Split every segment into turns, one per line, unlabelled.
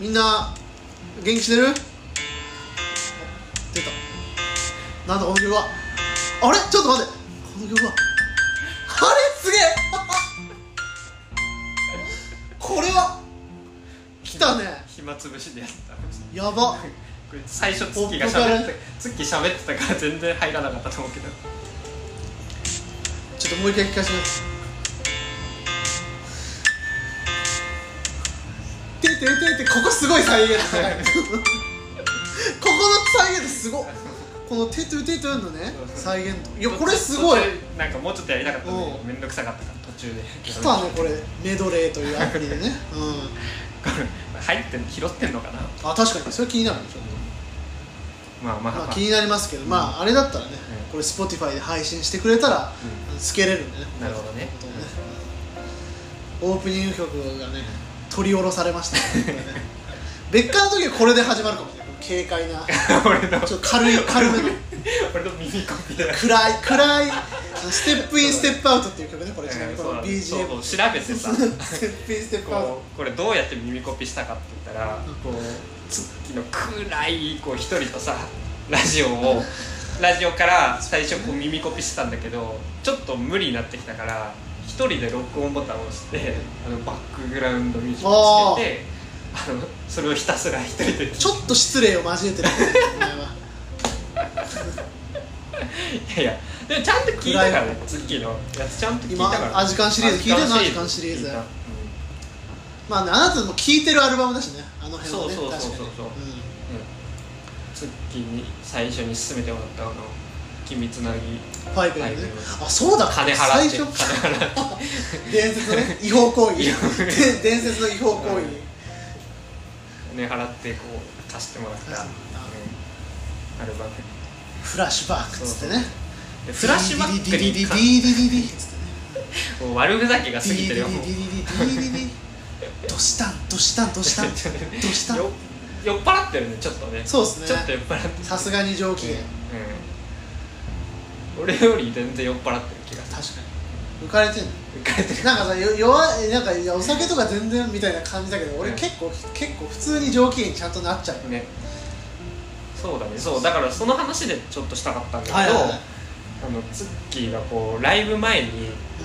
みんな元気してるあ出たなんだこの曲はあれちょっと待ってこの曲はあれすげえ これは来たね
暇つぶしでやった
やば
これ最初ツッキーがしゃべってツッキーしゃべってたから全然入らなかったと思うけど
ちょっともう一回聞かせてててててここすごい再現度高いここの再現度すごっこの「てててて」のね再現度いやこれすごい
途中なんかもうちょっとやりたかったの
う
にめんどくさかったから途中で
来たねこれメドレーというアプリでね、
入ってんの拾ってんのかな
うん、あ確かにそれ気になるちょっ
まあまあ、
と、ま
まあ
あ、気になりますけど、まああれだったらね、
うん
これ Spotify で配信してくれたら、つけれるんでね
なるほどね
こういうことをねオープニング曲がね取り下ろされました ねこれね別館の時はこれで始まるかもしれない軽快 な
俺の
ちょっと軽い軽めの
俺の耳コピーだ
暗い暗いステップインステップアウトっていう曲ねこれちなみにこの BGM ス
そうそう調べてさ
テップインステップアウト
こうこれどうやって耳コピーしたかって言ったらこう月の暗いこう一人とさラジオをラジオから最初こう耳コピーしてたんだけどちょっと無理になってきたから一人で録音ボタンを押してあのバックグラウンドミュージックをつけてあのそれをひたすら一人で
ちょっと失礼を交えてるお前はい
やいやでもちゃんと聞いたからねツッキーのやつちゃんと聞いたから
今アジカンシリーズ聞いたよな
アジカン
アジカンシリーズ
聞いたうん
まあねあなたも聴いてるアルバムだしねあの辺はね
そうそうそうそう
確かにうん
ツッキーに最初に勧めてもらったあの「君つなぎ」
ファイブやね
ファイブ
あそうだ
金払
最
って金
初
払って
伝説のね違法行為で伝説の違法行為、
うん金払ってこう貸してもらった
あ
うんアルバム
フラッシュバックっつってね
でフラッシュバック
ディ
に
ディディ
か
ディディディディディっつってね
もう悪ふざけが過
ディ
ぎ
デ
て
ィ
る
ディデ
よもう
ィディディディディディどしたんどしたんどしたんどした
よ
ん
酔っ払ってるねちょっとね
そうっすね
ちょっと酔っ払って
さすがに上機嫌
うん俺より全然酔っ払ってる気がす
確かに浮かれてんの
る浮かれてる
なんかさよ弱いなんかいやお酒とか全然みたいな感じだけど俺
うん
結構結構普通に上機嫌にちゃんとなっちゃう
ねそうだねそうだからその話でちょっとしたかったんだけど、
はいはいはい
あのツッキーがこうライブ前に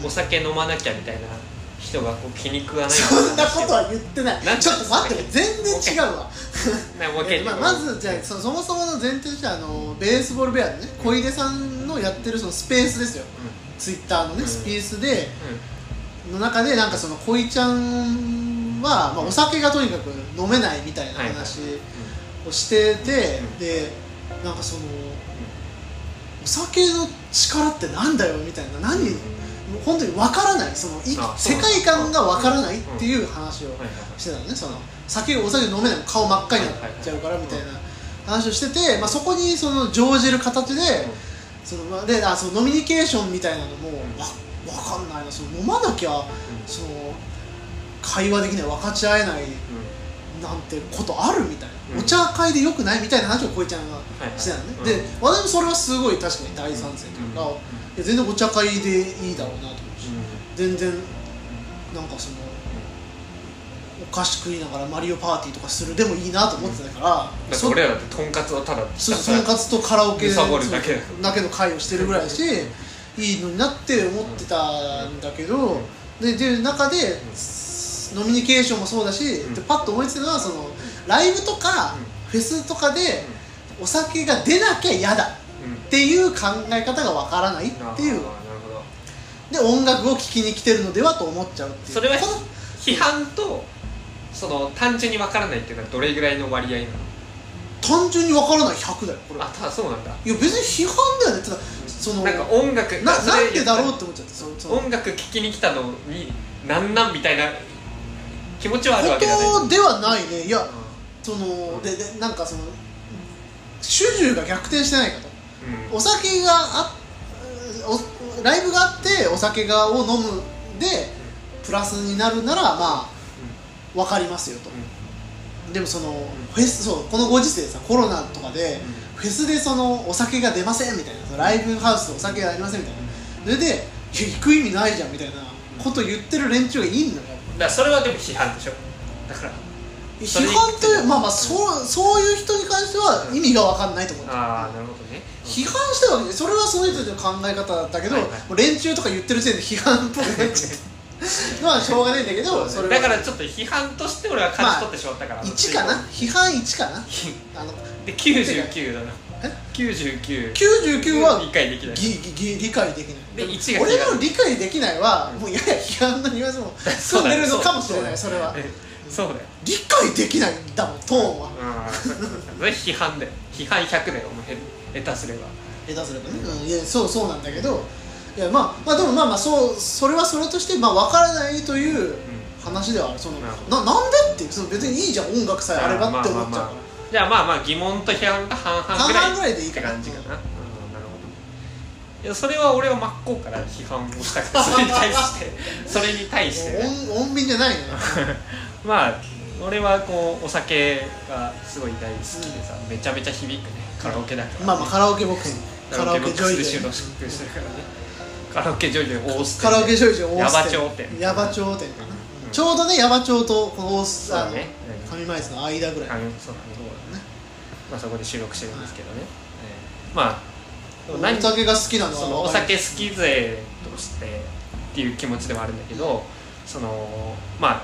お酒飲まなきゃみたいな人がこう気に食わない
そんなこと
は
は言ってない
なんか
ちょっと待って全然違うわ
もう一
え
回
ーまあ、まずじゃあそそもそもの前提としてはあのベースボールベアのね小出さんのやってるそのスペースですよツイッターのね
うん
スペースで
う
の中でなんかその小出ちゃんは、まあ、お酒がとにかく飲めないみたいな
はいはい
話
んうん
をしてて、
うん
でなんかその、お酒の力ってなんだよみたいな何、もう本当にわからないそのい
あそう
世
なんだ
界観がわからないっていう話を
はいはい
してたのねその酒お酒飲めないも顔真っ赤になっちゃうからみたいな話をしてて、まあ、そこにその乗じる形で,、そのまあであその飲みニケーションみたいなのも、わわかんないなその飲まなきゃその会話的には分かち合えない
うんうん
なんてことあるみたいな、
うん
お茶会でよくないみたいな話をこいちゃんが
はいはい
してたのね、
うん
で私もそれはすごい確かに大賛成というか、
うん
いや全然お茶会でいいだろうなと思うし、全然なんかそのお菓子食いながらマリオパーティーとかするでもいいなと思ってたから、
だって
そ
俺らだってとんかつをただひ
そう
たすら
その活とカラオケ
むさぼるだけ
そうだけの会をしてるぐらいだしいいのになって思ってたんだけど、でで中で、ノミニケーションもそうだし、
うん
でパッと思いついたのはそのライブとか、フェスとかで、お酒が出なきゃ嫌だ
うん
っていう考え方がわからないっていう
あーなるほど
で音楽を聴きに来てるのではと思っちゃうっていう
それは
この
批判とその単純にわからないっていうのはどれぐらいの割合なの
単純にわからない100だよこれは
あただそうなんだ
いや別に批判だよねただその
なんか音楽
な
それ
なんでだろうって思っちゃってそのその
音楽聴きに来たのになんなんみたいな気持ちはあるわけじゃない
ことではないねいや
う
そ
うん
のででなんかその主従が逆転してないかと
んうん
お酒があおライブがあってお酒がを飲むでプラスになるならまあ分かりますよと、でもそのフェスそうこのご時世さコロナとかでフェスでそのお酒が出ませんみたいなそのライブハウスでお酒がありませんみたいなそれでいや行く意味ないじゃんみたいなこと言ってる連中がいいんだよ
だからそれはでも批判でしょだからそれ
批判というまあまあそうそういう人に関しては意味が分かんないと思って
ああなるほどね
批判したわけでそれはその人たちの考え方だけど、
はいはい
もう連中とか言ってる時点で批判っぽく なっちゃうのはしょうがないんだけどそ
そう
れ
だ
は
からちょっと批判として俺は感じ取ってしまったから、
1かな批判1かなあの
で99だな
え
99
99は
理解できない
ぎぎぎ理解できない
で一が
俺
違う
の理解できないは、
うん
もうやや批判のニュアンスも
そ
含
うんだ
で
よ
るのかもしれないそれは
えそうだよ
理解できないんだもんトーンは
ああ それ批判だよ批判100だよお前下手すれば
下手すればね、うん、いやそうそうなんだけどいやまあまあでもまあまあそうそれはそれとしてまあ分からないという話ではあるその
な
な
るほ
なんでっていうその別にいいじゃん音楽さえあればって思っちゃうから、
まあまあまあまあじゃあまあまあ疑問と批判が半々ぐらい
半々ぐらいでいい
って
かな
感じかな、うんなるほどいやそれは俺は真っ向から批判をしたからそれに対してそれに対して、ね、
もう音音便じゃない ね
まあ俺はこうお酒がすごい大好きでさ、めちゃめちゃ響くねカラオケだから、
まあまあカラオケボックス
カ
カラ
ラオ
オ
ケボ
ケ
ッ
ジ
ク
ョイ
ス
で
で収録してるからねカラオケジョイで大捨て
カラオケジョイジョイ
ヤ
大
バ
捨て
町店
ヤバ町店かな、
うん
ちょうどねヤバ町とこの大
そ
須
う
あ
だ
の
ね
上前津の間ぐらい、
あのそうだねまあそこで収録してるんですけどね、えーまあでも何
お酒が好きなのは
そのお
分かる
酒好き勢としてっていう気持ちでもあるんだけどそのまあ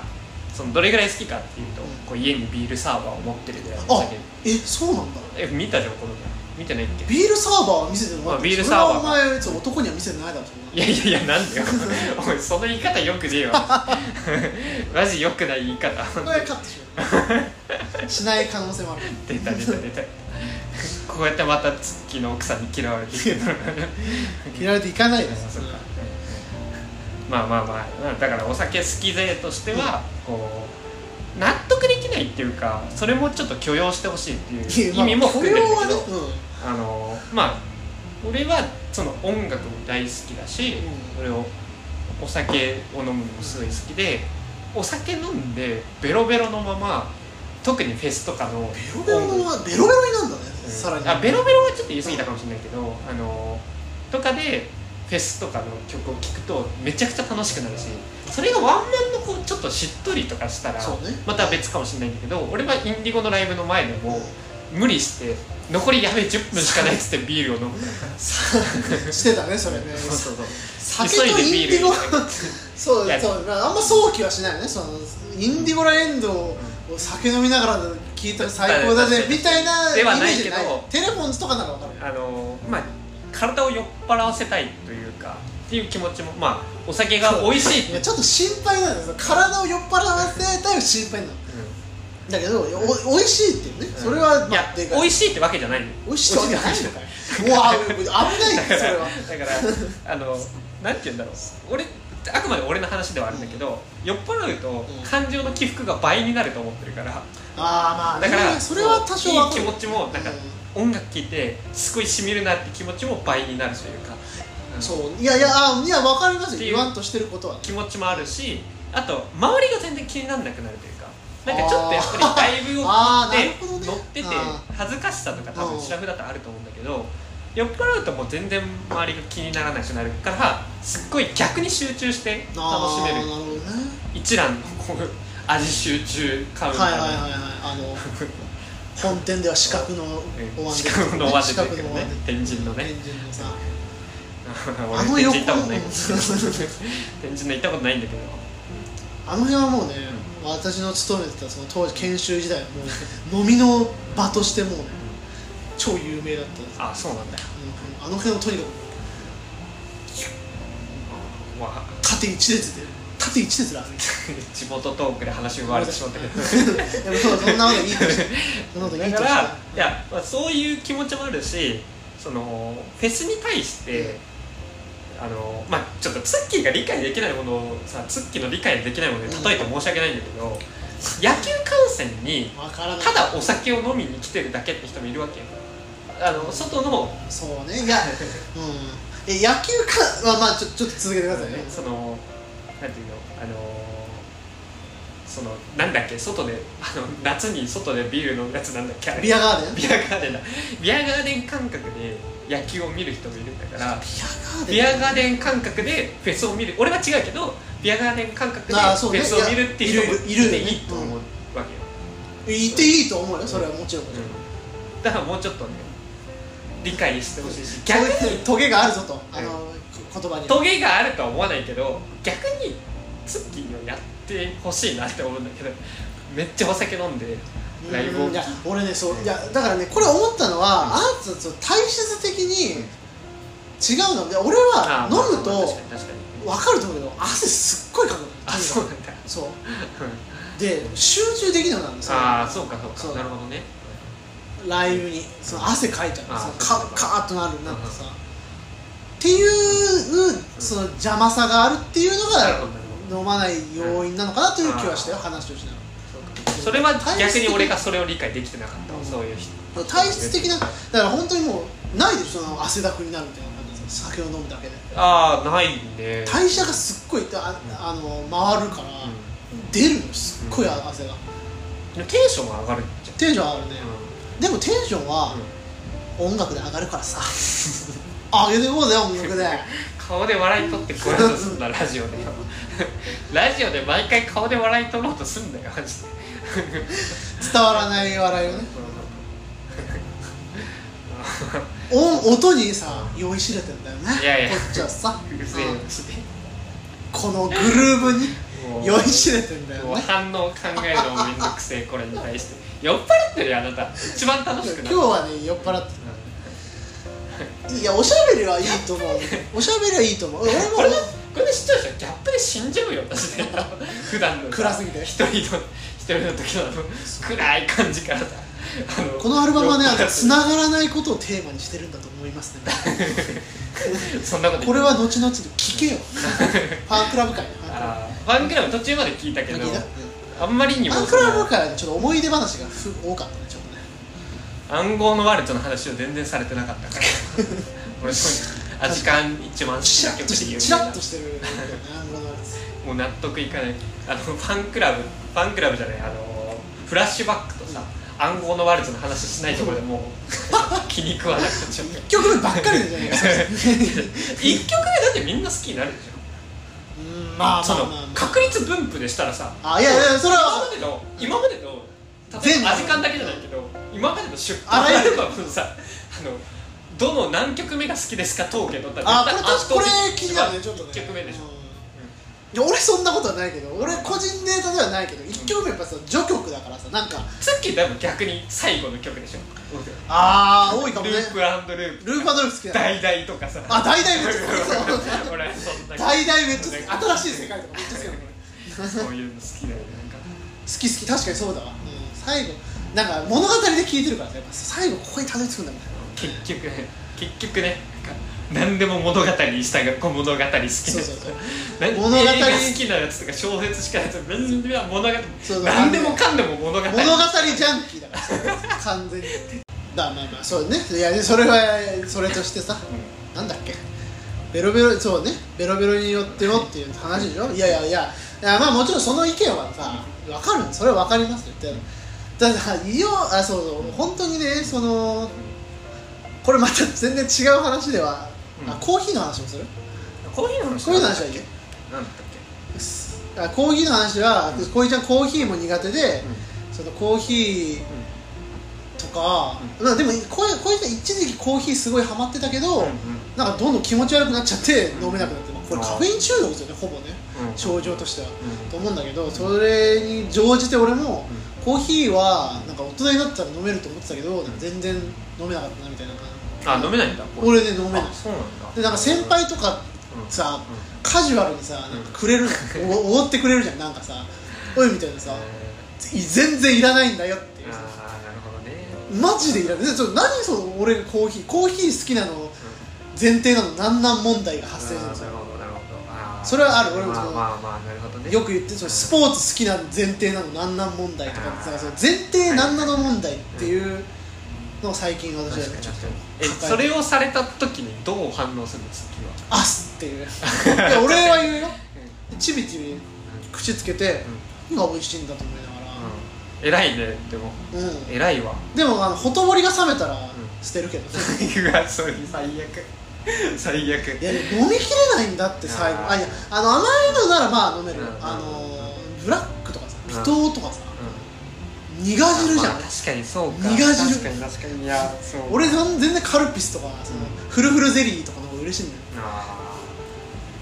そのどれぐらい好きかっていうとこう家にビールサーバーを持ってるぐらいのお
あ
酒
えそうなんだ
え見たじゃんこの前見てないっけ
ビールサーバーは見せてもらっ
まあ
て
ビールサ
それ
ーバー
はお前別に男には見せてないだろそんない
やいやいやなんだよ おいその言い方よくねえわ マジよくない言い方
これカットしようしない可能性もある
出た出た出たこうやってまたツッキーの奥さんに嫌われていく
嫌われていかないで
あ
す
そっかまあまあまあだからお酒好き勢としてはこう納得できないっていうかそれもちょっと許容してほしいっていう意味も含んでるんだけど、あのまあ俺はその音楽も大好きだし、
う
俺をお酒を飲むのもすごい好きでお酒飲んでベロベロのまま特にフェスとかの
うんベロベロはベロベロになるんだね、
うん
さらに
あベロベロはちょっと言い過ぎたかもしれないけど、あのとかでフェスとかの曲を聴くとめちゃくちゃ楽しくなるしそれがワンマンのこうちょっとしっとりとかしたら
そうね
また別かもしれないんだけど俺はインディゴのライブの前でも無理して残りやべえ10分しかないっつってビールを飲む
してたねそれね
そうそうそう
酒とインディゴそう
いや
そうあんま早期はしないよねそのインディゴラエンドを酒飲みながら聞いたら最高だぜみたいな
で
イメ
はない
ー
け
ジ
ど
ないテレフォンズとかならわかる
あのまあ体を酔っ払わせたいというかっていう気持ちもまあお酒が美味しいって
い
いう
やちょっと心配なんですよ体を酔っ払わせたい心配なのだけどおおいしいっていうね
うん
それは、
い
ま
や
あ、でかい
美味しいってわけじゃないよ
美味しいわけじゃないのかいうわ危ないね
だか
そ
ら
れは
だからあのなんて言うんだろう俺あくまで俺の話ではあるんだけど、酔っ払うと
ん
感情の起伏が倍になると思ってるから、
ああまあ
だから
それは多少
い
はい
気持ちもなんか、音楽聴いてすごいしみるなって気持ちも倍になるというか、うん
そういやいやあいや分かります
っ
よ
ていう
言わんとしてることはね
気持ちもあるしあと周りが全然気にならなくなるというかなんかちょっとやっぱりライ ブを
あー
聞
あ
い
ーなるほどね
て乗ってて
あ
恥ずかしさとか多
う
分
ん
シラフだとあると思うんだけど酔っ払うともう全然周りが気にならなくなるからすっごい逆に集中して
あ
楽し
ー
める
なるほどね
一覧のこう味集中カウンタ
はいはい
ー
はい
の
はいあ の本店では四角のお
うん
椀
四角のお椀
四
で
角のお椀で
天神のね
天神のさ
俺
あの
天
横
神行ったことない
うん
天神の行ったことないんだけど
あの 辺はもうね私の勤めてたその当時研修時代はもう飲みの場としてもうね超有名だったんです
あそうなんだよ
あの辺をとにかく
わ
縦一列で縦一列で歩いて
地元トークで話を奪われてしまったけど
でもそうそんなこといいとしてそんなこといいと
だ
して
からいや、まあ、そういう気持ちもあるしそのフェスに対して、あのまあ、ちょっとツッキーが理解できないものをさツッキーの理解できないものに例えて申し訳ないんだけど、野球観戦に
わからない
ただお酒を飲みに来てるだけって人もいるわけよあの外の
そうねいやうんえ野球かまあまあちょちょっと続けてくださいね
そのなんていうのあのそのなんだっけ外であの夏に外でビール飲むやつなんだっけあれ
ビアガーデン
ビアガーデンだビアガーデン感覚で野球を見る人もいるんだからビ
ビアガーデン
アガーデン感覚でフェスを見る俺は違うけどビアガーデン感覚で
あーそう
フ
ね
ェスを見るっていう人
い
も
やいるいる
でいいと思うわけよ、
言っていいと思うよそれはもちろん、
うんだからもうちょっとね理解してほしいし逆
逆
に
にトゲがあるぞとあの、言葉に
トゲがあるとは思わないけど逆にツッキーをやってほしいなって思うんだけどめっちゃお酒飲んでライブを
うんいや俺ねそういやだからねこれ思ったのは、
う
あ
ん
なたと体質的に
うん
違うので俺は
あーまあ
飲む
まあ
と
確かに確かに
分かると思うけど汗すっごいかくの
あそうなんだ
そう
うん
で集中できなくなるんですよ
ああそうかそうか
そう
なるほどね
ライブにその汗かいちゃう
あー
その
そ
カ
うか
カーッとなるなんかさ、っていうその邪魔さがあるっていうの
なるほど
が
なる
飲まない要因なのかなという気はしたよ
うん
話をしながら
ほどそれは逆に俺がそれを理解できてなかったわ
うん
そういう人
体質的なだから本当にもうないでしょその汗だくになるみたいな感じです酒を飲むだけで
ああないね
代謝がすっごいああの回るから、出るのよすっごい汗が、
うんテンションが上がるじゃん
テンション上がるね、
う
でもテンションは
んうん
音楽で上がるからさ上げていこうぜ音楽で
顔で笑い取ってこようとすんなラジオ でラジオで毎回顔で笑い取ろうとすんだよマジで
伝わらない笑いをね音音にさ酔いしれてんだよね
いやいや
こっちはさ、
うるせえ
う
よ
ん
マジで
このグルーブに
もう
酔いしれてんだよ
もう
ね
反応考えるのもめんどくせえ これに対して酔っ払ってるよあなた一番楽しく
今
な
日
る
はね酔っ払っていやおしゃべりはいいと思うおしゃべりはいいと思う俺
これで
も
これで視聴者ギャップで死んじゃうよ 私ね普段の
暗すぎて
一人の一人の時のあの暗い感じからさあの
このアルバムはね
酔っ払って る
つながらないことをテーマにしてるんだと思いますね
そんなこと言
こ
っ
れ
て
は後々で聞 けよファンクラブ会ファン
あーファンクラブ途中まで聞いたけ
クラ
ど
ブ会
あんまりに
フ
も
ァン
そ
ク
の
ラブ会はねちょっと思い出話がふ多かったねちょっとね
暗号のワレットの話を全然されてなかっ たから俺そうあ時間一番好き
チラッ
な曲
とし
で言
て
う
チラッとしてるんだよねあの
もう納得いかないあのファンクラブ ファンクラブじゃないあのフラッシュバックとさ暗号のワレットの話しないところでもう 気に食わなくな っちゃう
一曲目ばっかりじゃないか
一曲目だってみんな好きになるでしょ
うんまあ
そ
まあ
の
まあまあ
確率分布でしたらさ
あいやいやそれ
今
は
までの今までの例え
全部
ばアジカンだけじゃないけど今までの出
あ
版
らゆ
例
る
えばさあのどの何曲目が好きですか統計取ったら
あ
絶対圧
これ
倒
これ
的
気になるねちょっとね
一曲目でしょ
うんいや俺そんなことはないけど俺個人データではないけど一曲目やっぱさ序曲だからさなんか
さっき多分逆に最後の曲でしょル
ああ多いかもね
ープアンドループ
ルーパドルフ好きだ
大々とかさ
あ大々めっちゃ好きそう
俺そんな
大々めっちゃ好き新しい世界とかめっちゃ好きだもん
そういうの好きだよねなんか
好き好き確かにそうだわ、うん、最後なんか物語で聞いてるからさやっぱ最後ここにたどり着くんだみたいな
結局ね結局ねなんか何でも物語に従うこう物語好きなやつ
そうそうそう
なん
物語
映画好きなやつとか小説しかないやつ全然物語
そうそう
何でもかんでも物語
物語ジャンキーだからさ完全にだからまあまあそうねいやそれはそれとしてさ、なんだっけベロベロそうねベロベロによってよっていう話でしょいやいやいやいやまあもちろんその意見はさわかるそれはわかりますよってただいよあそうそう本当にねそのこれまた全然違う話では、
うん
あコーヒーの話もする
コーヒーの話
コーヒーの話はいいよ
なんだっ
あコーヒーの話は、
うん
こいちゃんコーヒーも苦手で
け、
そのコーヒーとか、まあでもこういうこういう人一時期コーヒーすごいハマってたけど、
うんうん
なんかどんどん気持ち悪くなっちゃって
うん
飲めなくなって、まあこれ
あー
カフェイン中毒ですよねほぼね
うんうん
症状としては、
うん
と思うんだけどそれに乗じて俺も、
う
コーヒーはなんか大人になったら飲めると思ってたけど全然飲めなかったなみたいな感
あ飲めないんだコーヒ
俺ね飲め
ー
ない
あそうなんだ
でなんか先輩とかさ、カジュアルにさなんかくれるのおおごってくれるじゃんなんかさおいみたいなさ全然いらないんだよっていうさ
ああなるほどね
マジでいらないでちょっと何その俺がコーヒーコーヒー好きなの前提なのなんなん問題が発生するんです
な
よ
るほどなるほどあー
それはある俺も
まあ
その
まあまあなるほどね
よく言ってるそのスポーツ好きなの前提なのなんなん問題とかなんかその前提なんなの問題っていうのを最近私は
確か
ね
に
ちょっ
確
と
かにえそれをされた時にどう反応するの次は
「あっす」っていういや俺は言うよちびちび口つけて今美味しいんだと思いなが
うん偉いねでも
らうん
偉いわ
でもあのほとぼりが冷めたら捨てるけど、
うわそれ最悪最悪
いやでも飲みきれないんだって最後
あー
あいやあの甘いのならまあ飲めるよ、
うん
あのーブラックとかさ
うん
微糖とかさ、
う
苦汁じゃん
まあ確かにそうか
苦汁
確かに確かにいやそう
俺全然カルピスとかそのフルフルゼリーとかの方が嬉しいんだよ
あ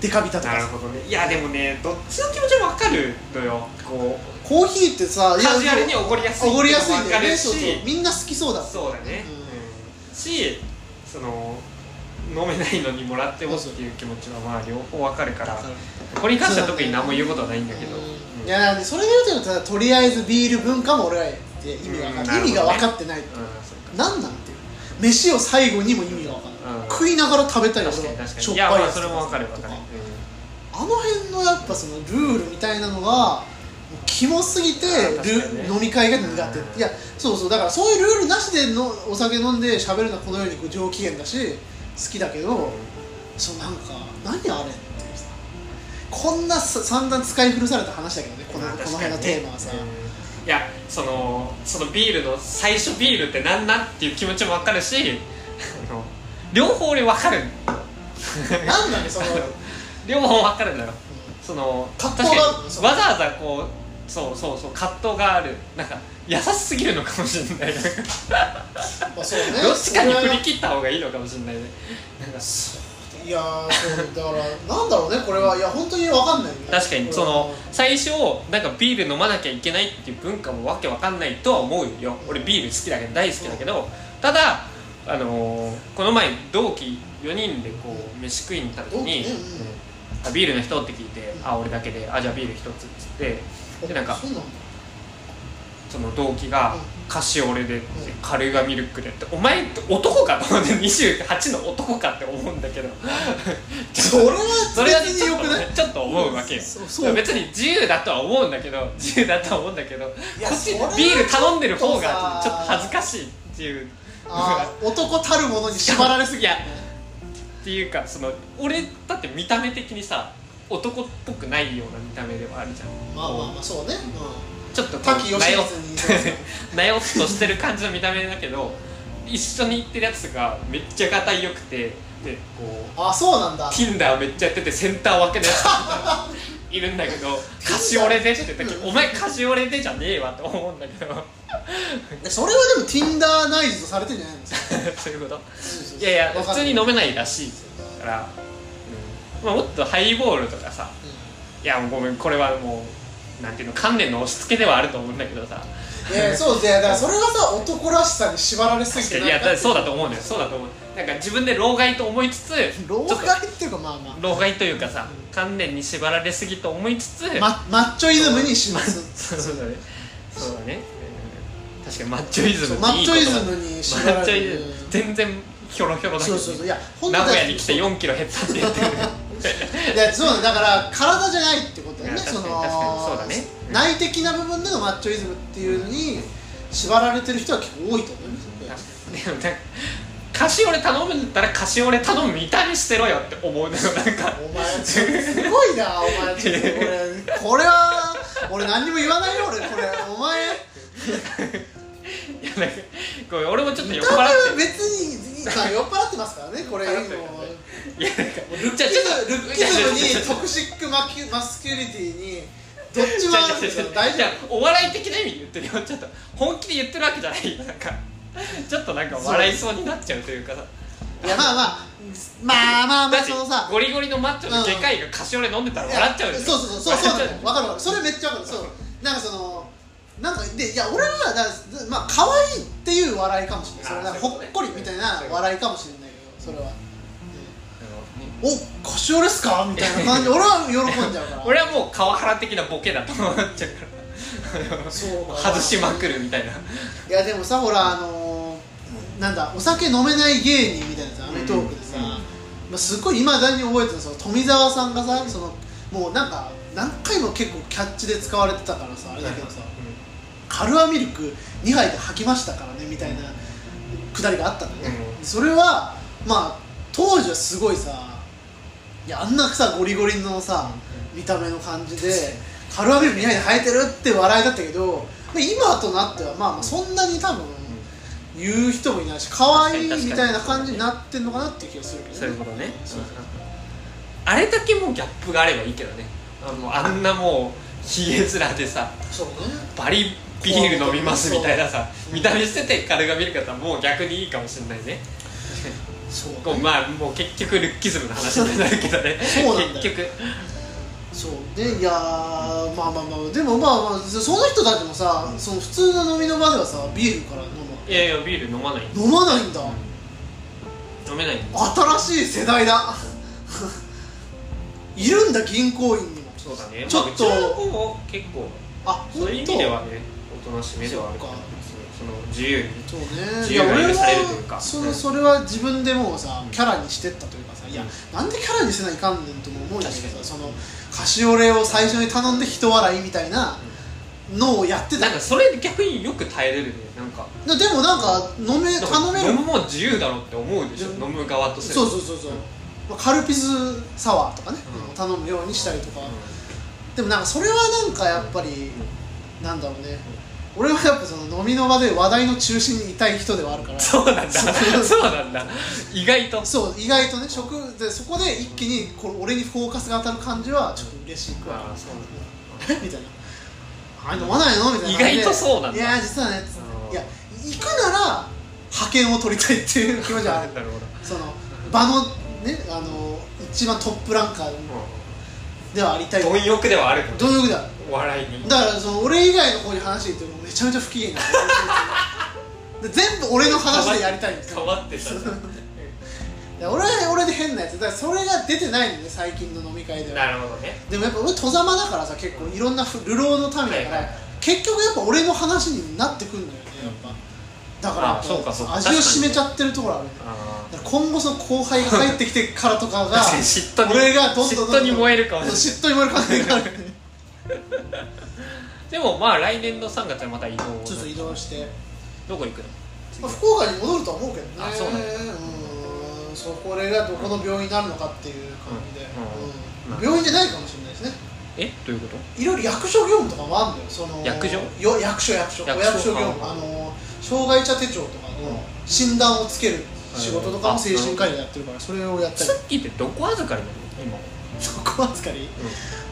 デカビタ
あ
と
な
か
る
さ
ほどねいやでもねどっちの気持ちもわかるのよこう
コーヒーってさいや
カジュアルにおごりやすい
おごりやすいんだよね
って
そう
いうのもわかるし
そうみんな好きそうだもん
そうだね、
う
うんしその飲めないのにもらってもっていう気持ちはまあ両方わかるからこれに関しては特に何も言うことはないんだけど、
うんいやだからそれで言うとただとりあえずビール文化も俺らって意味が分かんない
うん
意味が分かってない
うんそうか
なんなんていう飯を最後にも意味が分かん
う
なんい食いながら食べたり
確
俺
かに
は
確か
しょっ
にい
ぱ
や
い
まあ
やつ
それもわかるわかる、
あの辺のやっぱそのルールみたいなのがもうキモすぎて
あー確かに
ル、
ね
飲み会が苦手、
うん
いやそうそうだからそういうルールなしでのお酒飲んで喋るのはこのようにこう上機嫌だし好きだけど、
うん
そうなんか何あれっていうさこんなさ散々使い古された話だけどねこの,、
まあ
この
確か
辺
に
の
ね
テーマはさ、
うんいやそのそのビールの最初ビールってなんなんっていう気持ちもわかるしあの両方俺わかる
なんだね その
両方わかるんだよその
葛藤が
確かにわざわざこうそうそうそう葛藤があるなんか優しすぎるのかもしれない
まあそうね
どっちかに振り
そ
切った方がいいのかもしれないねなん
れ
か
はいやーそうだからなんだろうねこれはいや本当に分かんないよね
確かに
これは
その最初なんかビール飲まなきゃいけないっていう文化もわけわかんないとは思うよ俺ビール好きだけど大好きだけどただあのーこの前同期4人でこう飯食いに行った時に、
同期ね
うんあビールの人って聞いて
う
「
ん
あ俺だけであじゃあビール一つ」っつってでなんか
そうなんだ
その同期が
うん
「カシオレで」カルガミルクで」って「お前って男か?」と思って28の男かって思うんだけど
それは
それはね
別
ち
に
ょ
よ
っ
く
と
ない
ねちょっと思うわけよ
そうそう
別に自由だとは思うんだけど自由だとは思うんだけどこ
いや
っち
それは
ビール頼んでる方
ちょっとさ
がちょっと恥ずかしいっていう
あー男たるものに縛られすぎ
いやっていうかその俺だって見た目的にさ男っぽくないような見た目ではあるじゃん
まあまあまあそうね、
ちょっと
うん、
こう
滝義
な
光
よ
にそう そう
なよっとしてる感じの見た目だけど一緒に行ってるやつがめっちゃがたいよくてでこう
あそうなんだ
Tinder めっちゃやっててセンター分けのやつとかいるんだけどカシオレでって言った時お前カシオレでじゃねえわって思うんだけど
それはでも Tinder ナイズとされてんじゃないの
そういうこと
い
いやいや普通に飲
め
めないらしいから、うんまあ、もっとハイボールとかさいやもうごめんこれはもうなんていうの観念の押し付けではあると思うんだけどさ
いやそうでだからそれがさ男らしさに縛られすぎ
確
て
かに
ない
や
んか
だそうだと思うんだよそうだと思うなんか自分で老害と思いつつ
老
ちょっ
害っていうかまあまあ
と老害というかさ
う
観念に縛られすぎと思いつつ
ママッチョイズムにしま
そ
す
うそうだねそうだねうん確かにマッチョイズムって
マ
い
ッ
い
チ
こ
ョイ
とだ
ズムに
マ
縛ら
ッチョ
れ
イ
る
ズム全然ひょろひょろだ
そ
けど
うそうそういや本当
名
に
古屋に来て4キロ減ったって言ってる
いやそうだだから体じゃないってことだよね
いや確
そ
かに
の
確かにそうだねうん
内的な部分でのマッチョイズムっていうのに縛られてる人は結構多いと思いますよね
でもなんかカシオレ頼むんだったらカシオレ頼むみたいにしてろよって思うのよなんか
お前ちょっとすごいなお前ちょっと俺これは俺何にも言わないよ俺これお前
いやなんかごめん俺もちょっと
見
酔
た
っ
目
払っ
は
て
別にまあ酔っ払ってますからねこれ
酔っ
も
払
う
ってるからねいやなんか
ルッキ
じゃあちょっ
ズ
と
ルッキズムにトクシックマキュマスキュリティにどっちもあるんですよ大
じ
丈
ゃお笑い的な意味で言ってるよちょっと本気で言ってるわけじゃないなんかちょっとなんか笑いそうになっちゃうというかさ
夫いやまあまあまあまあま
だ
あ
って
そのさ
ゴリゴリのマッチョの外科医がカシオレ飲んでたら笑っちゃうでしょ
そうそうそうそうそうなんだ
笑っちゃ
よわかるわかるそれめっちゃわかるそうなんかそのなんかでいや俺らはだからまあ可愛いっていう笑いかもしれないそれ
あー
なんか
そうい
ほっ
うことね
こりみたいな笑いかもしれないけどそれは
う
おカシオレっすかみたいな 感じ俺は喜んじゃうから
俺はもう川原的なボケだと思っちゃうから
そうか
外しまくるみたいない
やでもさほらあのーなんだお酒飲めない芸人みたいなさアメトークでさ、
うんうん
まあ、すごい今だに覚えてるその富澤さんがさそのもうなんか何回も結構キャッチで使われてたからさあれだけどさ、カルアミルク2杯で吐きましたからねみたいなくだりがあったんだね、
うん
それはまあ当時はすごいさいやあんなさゴリゴリのさ見た目の感じでカルアミルク2杯で吐いてるって笑いだったけどまあ今となってはまあまあそんなに多分言う人もいないし可愛いみたいな感じになってんのかなっていう気がするけど
そういうことね
そうそう
あれだけもうギャップがあればいいけどねあのあんなもうひげ面でさ
そうね
バリビール飲みますみたいなさ見た目してて彼が見る方はもう逆にいいかもしれないね
そう
こうまあもう結局ルッキズムの話になるけどね
そうなんだよ
結局
そうでいやーまあまあまあでもまあまあその人たちもさその普通の飲みの場ではさビールから飲
いやいやビール飲まない
む飲まないんだ
飲めない
新しい世代だ いるんだ銀行員にも
そうだね
ちょっと
まあ、うちの子も結構
あ
そういう意味ではねおとなしめではあるけど
そうか
その自由に
そうね
自
い
由
や
が
俺
許されるというか
はその
うん
それは自分でもうさ
うん
キャラにしてったというかさいや
うん
なんでキャラにせないかんねんとも思うんだけど
確か
さ
に
そのカシオレを最初に頼んで人笑いみたいなのをやってた
なんかそれ逆によく耐えれるねなんか
ででもなんか飲め頼め
飲
る
むもん自由だろって思うでしょ
うん
飲む側とすれば
そうそうそうそう、まあ、カルピスサワーとかね、
うん
頼むようにしたりとか、
う
でもなんかそれはなんかやっぱり、なんだろうね、俺はやっぱその飲みの場で話題の中心にいたい人ではあるから
んそうなんだ
そう
そうなんだ意外と
そう意外とね食でそこで一気にこう俺にフォーカスが当たる感じはちょっと嬉しいくらい
ああそうなんだ
え みたいな「あれ飲まないの?」みたいな感じで
意外とそうなんだ
いや実はねつっ
あ
て
ー
いや行くなら派遣を取りたいっていう気持ちはある
なるほど
その場のねあの一番トップランカーではありたい
うん貪欲ではあるけど
貪欲だ
お笑いに
だからその俺以外の子に話しててもめちゃめちゃ不機 嫌なので全部俺の話でやりたいんです
変
よ
わって たじゃん
いや俺は俺で変なやつだからそれが出てないのね最近の飲み会では
なるほどね
でもやっぱ俺外様だからさ結構いろんな流浪の民だから、
はいはいはい
結局やっぱ俺の話になってくんだよねやっぱだからやっぱ
あそうかそうか
味を占めちゃってるところある
あ
だから今後その後輩が入ってきてからとか
あ
が
嫉妬に
俺がどんどんどんどん
嫉妬に燃えるかもしれない
嫉妬に燃える感じがある
でもまあ来年の3月はまた移動を
ちょっと移動して、
どこ行くの次
まあ、
は
福岡に戻るとは思うけどね
あそうなんだ
うんそこれがどこの病院になるのかっていう感じで、
うん
うん
うん
病院じゃないかもしれないですね
えどういうこと
いろいろ役所業務とかもあるんだよその
役所
よ役所役所
役所
お役所業務
あー
あの障害者手帳とか
うん
の診断をつける仕事とかも精神科医でやってるからそれをやったり
さっきってどこ預かりなの
そこ扱い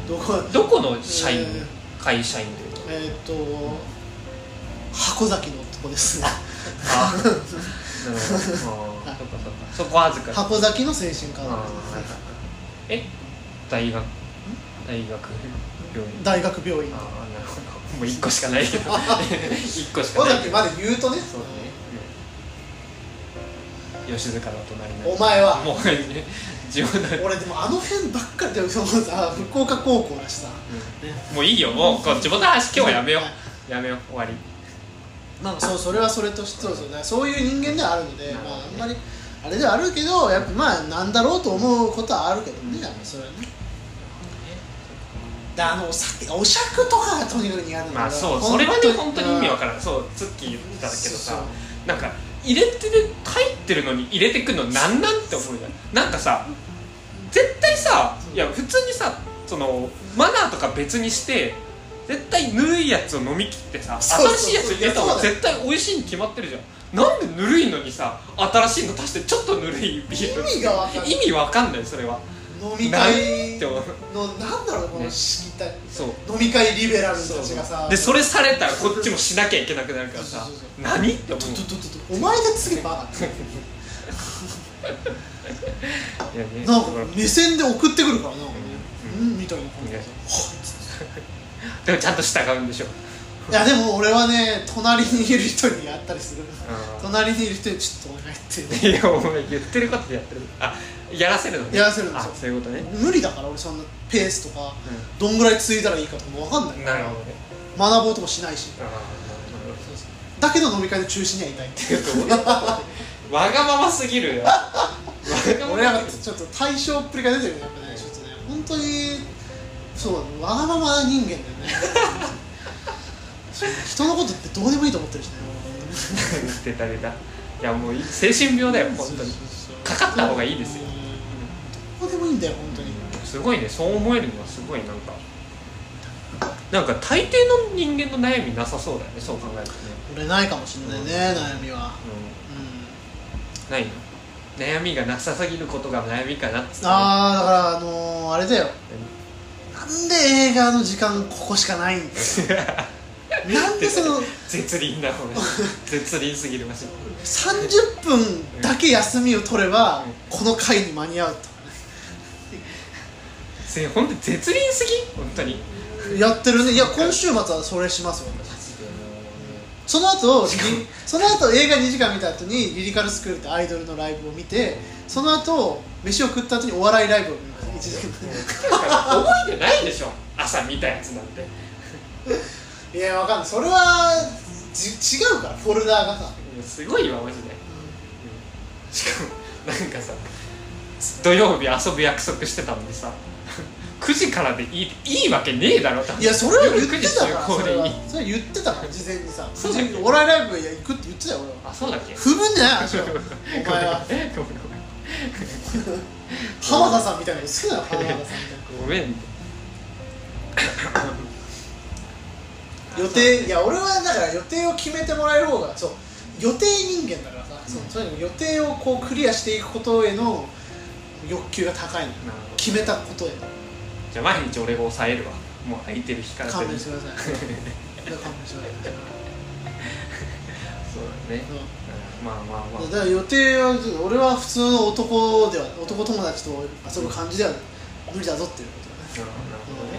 どこ
今どこの社員、
えー
会社員というか
えーっと箱崎のとこですね
あなるほ どあーそっかそっかそこ預かり
箱崎の精神科医
あーえ大学大学病院
大学病院
ああなるほどもう1個しかな いけど1個しか
箱
ない
崎まで言うとね
そうだね、うん吉塚の隣の
お前は
もうね自分の、
俺でもあの辺ばっかりでもそのさ福岡高校だしさ
もういいよもうこう地元の話今日はやめようやめよう終わり
まあそうそれはそれとしてそうそうねそういう人間ではあるので、
なる
ま
ほど
あ
ね、
あんまりあれではあるけどやっぱまあなんだろうと思うことはあるけどね、それはねであのお酒お酌とかがとにかく苦手なんだ
まあそうそ
本
れ
当
はね本当に意味わ
うん
からんそうツッキー言ってたけど
そう
さなんか入れてる入ってるのに入れてくのなんなんって思うじゃんなんかさ絶対さいや普通にさそのマナーとか別にして絶対ぬるいやつを飲み切ってさ
そうそう
新しいやつ入れた方が絶対美味しいに決まってるじゃんなんでぬるいのにさ新しいの足してちょっとぬるいビール
意味がわかんない
意味わかんないそれは
飲み会
なんて
の
思う
なんだろうこの
ね
しきたり
そう
飲み会リベラルたちがさ
でそれされたらこっちもしなきゃいけなくなるからさ
そうそうそ
何って思う
ちょっとちょっとお前で次バカって
いやね
なんか目線で送ってくるからなんかねうんみたいな感じ
い
で
や
さ
でもちゃんと従うんでしょ
いやでも俺はね隣にいる人にやったりする
あー
隣にいる人にちょっとお願いって
いやお前言ってることでやってるあやらせるのね
やらせるんで
あ
すよ
そういうことね
無理だから俺そんなペースとか、どんぐらいついたらいいかとかも分かんない
なるほどね
学ぼうともしないし
あーなるほどそうそう
だけど飲み会の中心にはいたいって
ちょっと俺わがまますぎるよわがま
俺ら
ま
がちょっと対象っぷりが出てるねやっぱねちょっとね本当にそうわがままな人間だよね人のことってどうでもいいと思ってるしね
出た出たいやもう精神病だよ本当にかかった方がいいですよ
うんどうでもいいんだよ本当に
すごいねそう思えるのはすごいなんかなんか大抵の人間の悩みなさそうだよねそう考えるとね、
俺ないかもしれないね、悩みは
う
うん
ん、ないの悩みがなさすぎることが悩みかなっつって
ああだからあのー、あれだよなんで映画の時間ここしかないんだよなんでその
絶倫な話 絶倫すぎる話
30分だけ休みを取ればこの回に間に合う
せ本当に絶倫すぎ本当に
とやってるねいや今週末はそれしますよその後
しかも
リその後映画2時間見た後にリリカルスクールってアイドルのライブを見てその後飯を食った後にお笑いライブを見ます一時間
覚えてないでしょ朝見たやつなんて
いやわかんないそれはじ違うからフォルダーがさ
すごいわマジでしかもなんかさ土曜日遊ぶ約束してたのにさ9時からでいいいいわけねえだろ多分
いやそれは言ってたから
夜
それ
9時集合
は
でいい
それは言ってたから事前に さ
そうだっけ
お笑いライブいや行くって言ってたよ俺は
あそうだっけ
踏むんじゃない足 を
ご
お
めん
前は
ごめんごめん
浜田さんみたいなの好きなの浜田さんみたい
ごめん
な予定いや俺はだから予定を決めてもらえる方がそう予定人間だからさ、そうそういうの予定をこうクリアしていくことへの欲求が高いのよ
なるほど
決めたことへの
じゃあ毎日俺が抑えるわもう空いてる日から
勘
全部
弁し
そ
て
う
くださいいや勘弁してくだ さい、うん
だねうんまあまあまあ
だから予定は俺は普通の男では男友達と遊ぶ感じでは無理だぞっていうことだね
なるほどね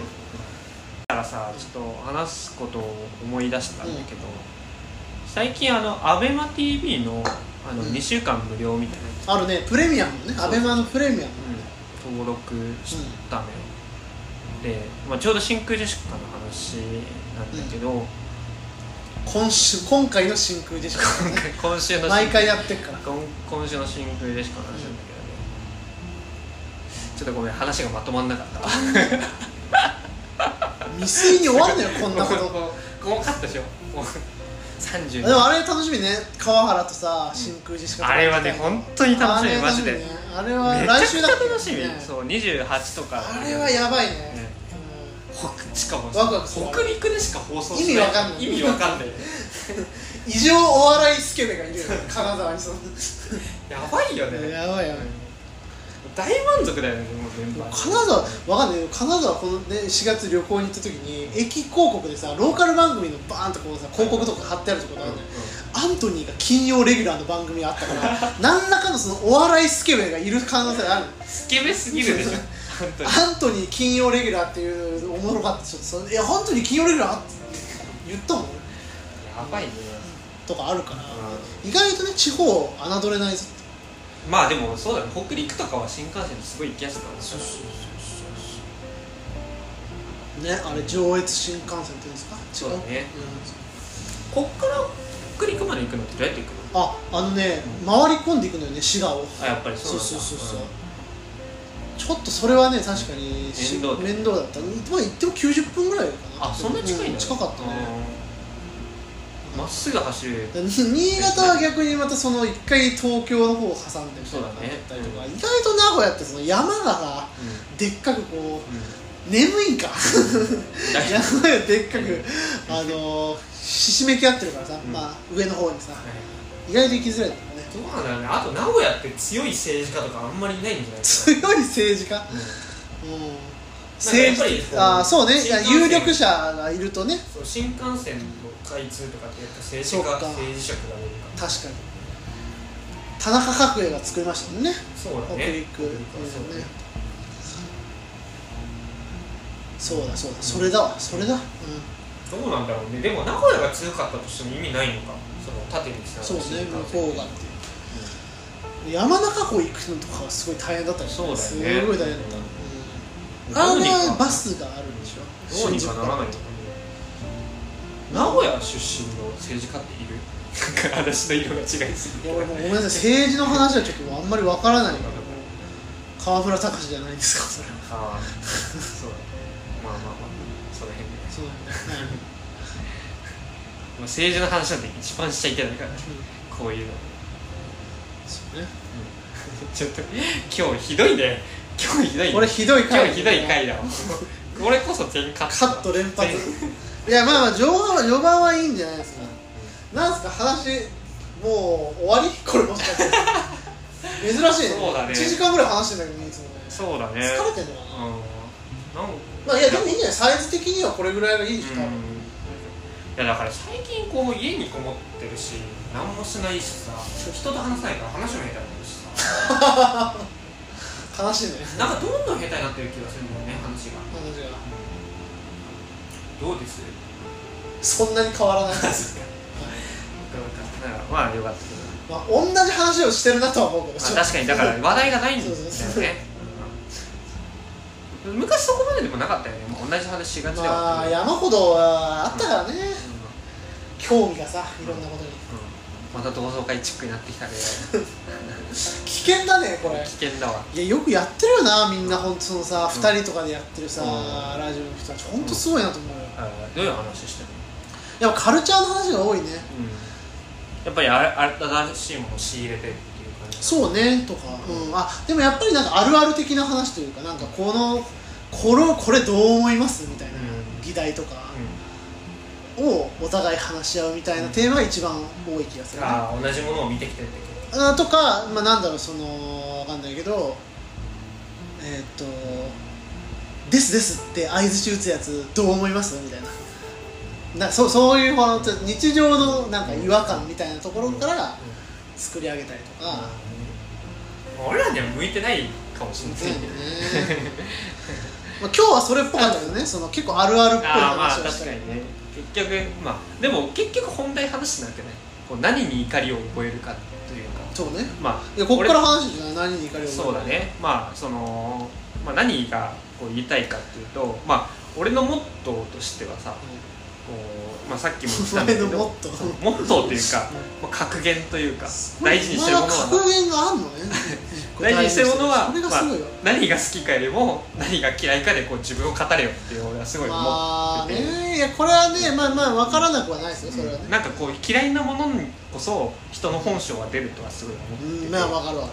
だからさちょっと話すことを思い出したんだけど、最近あの ABEMATV のあの
うん
2週間無料みたいなやつ、
あるねプレミアムね
そう
アベマのプレミアム
うん登録したのよ、で、まあ、ちょうど真空ジェシカの話なんだけど、
今週今回の真空でしか
今回今週の真空
毎回やってるから
今今週の真空ジェシカの話なんだけどね、ちょっとごめん話がまとまんなかったわ
未遂に終わるのよ こんなこと
もう もうカットしようもう30
でもあれ楽しみね川原とさ真空ジェシカとか
あれはね本当に楽しみマジで
あれ
めち
ねあれは
ゃ
来
く
週
ちゃ
だっけ
楽しみ、
ね
そう28とか
あれはやばいね
ね北しかも
ワクワクする
北陸でしか放送しない
意味わかんない
意味わかんない
うん異常お笑いスケベがいる よね金沢にその
やばいよね、
やばいやばい
大満足だよねもうメンバー
金沢わかんないけど金沢このね4月旅行に行った時に駅広告でさローカル番組のバーンとこうさ広告とか貼ってあるところがあるのよ、アントニーが金曜レギュラーの番組があったから 何らかのそのお笑いスケベがいる可能性があるの
スケベすぎるでしょ本当に
アントニー金曜レギュラーっていうおもろかったちょっとそのいや本当に金曜レギュラーって言ったもん俺
やばいね
とかあるから、意外とね地方を侮れないぞって
まあでもそうだね北陸とかは新幹線ですごい行きやすくなるから
ねあれ上越新幹線って言うんですか
そうだね
うん
こっから北陸まで行くのってどうやって行くの
ああのね回り込んでいくのよね滋賀を
あやっぱりそう
そう
なんだ
そうそうそう、ちょっとそれはね確かにし
面倒だ
面倒だったまあ行っても90分ぐらいかな
あそんな近いん
う
だ
近かったね
うんまっすぐ走る
で 新潟は逆にまたその一回東京の方を挟んでみたいな
そうだね
ったりとか、意外と名古屋ってその山がさでっかくこ う眠いんか
大丈夫
山がでっかくあのひしめき合ってるからさ、
うん
まあ上の方にさ意外と行きづらいんだよね
どうなんだろうねあと名古屋って強い政治家とかあんまりいないんじゃないですか
強い政治家
な
うん
やっぱり
政治あーそうねいや
新幹線
有力者がいるとね
そう新幹線の開通とかってやっぱ政治
そ
家
うか
政治色が出るか
確かに田中角栄が作りましたもんね
らそうだ
北
ね
陸
はそうだね
そうだそうだそれだわそれだうん
どうなんだろうねでも名古屋が強かったとしても意味ないのかその縦につながる
そうね向こうがって
う
いう山中湖行くのとかはすごい大変だったり
そうだよね
すごい大変だった、うんあ
んどう
れ
にか
はバスがあるんでしょ
どうにかなら
新
ないのかね名古屋出身の政治家っているなんか話の色が違い
宿
すぎて
いや俺もうごめんなさい政治の話はちょっとあんまりわからないから川村隆じゃないんですかそれは
ああそうだねまあまあまあその辺で、
そうだよね
まあ、政治の話なんて一番しちゃいけないからねこういうの、
そうね
ちょっと今日ひどいね 今日ひどい
これひどい
今
回
日ひどい回だわこれこそ全カッ
カ
ト
ット連発
全
いやまあまあ序盤は序盤はいいんじゃないですかなんすか話もう終わりこれもしかして珍しいね
そうだね
1時間ぐらい話してんだけどねいつもね
そうだ
疲
ね
れてんの
うん
かな、
なん
まあいやでもいいんじゃないサイズ的にはこれぐらいがいいでしょ、多分
うんいやだから最近こう家にこもってるし何もしないしさ人と話さないから話も下手になるしさ
悲しいね
なんかどんどん下手になってる気がするもんね話が
彼女が
どうです
そんなに変わらないで
なんか
す、
まあよかったけど
まあ、同じ話をしてるなとは思うけど
まあ、確かにだから話題がないんだよ
そうそうそう
ねうん昔そこまででもなかったよねもう同じ話しがちでは
ま
あ
あ
ったけど
山ほどはあったからね、
うん
興味がさいろんなことに
また同窓会チックになってき たけど
危険だねこれ
危険だわ
いやよくやってるよなみんな本当そのさ、
うん
二2人とかでやってるさ、
う
ラジオの人たち本当すごいなと思うよ、
どういう話してるの
やっぱカルチャーの話が多いね
やっぱりあれ新しいものを仕入れてっていう感じう
そうねとか、うんあでもやっぱりなんかあるある的な話というかなんかこのこれこれどう思いますみたいな、
うん
議題とかをお互い話し合うみたいなテーマが一番多い気がするね、
ああ同じものを見てきてるんだけ
あとか、まあ、なんだろうそのわかんないけどえーっ、と「ですです」って相槌打つやつどう思いますみたいななそうそういうこのちょっと日常のなんか違和感みたいなところから作り上げたりとか、
ど俺らには向いてないかもしれない
そうねまあ今日はそれっぽかったけどねその結構あるあるっぽい
ああまあ
話をし
確
た
か
り
にね結局まあでも結局本題話してなきゃねこう何に怒りを覚えるかというか
そうね
まあ
いやこっから
俺
話じゃない何に怒りを覚える
そうだねまあその、まあ、何がこう言いたいかっていうとまあ俺のモットーとしてはさこう、まあ、さっきも言ったんだけど
お前のモットー
そうモットーというか、まあ、格言というか大事にしてるもの
お前
は
格言があんのね
大事にしてるものは
それが
ます
ごいわ
あ、何が好きかよりも何が嫌いかでこう自分を語れよっていう俺はすごい思
ま
っ
あ
てて、
ねいやこれはねまあまあ分からなくはないですよそれはね
なんかこう嫌いなものにこそ人の本性が出るとはすごい思って
う
て、
んまあ分かるわ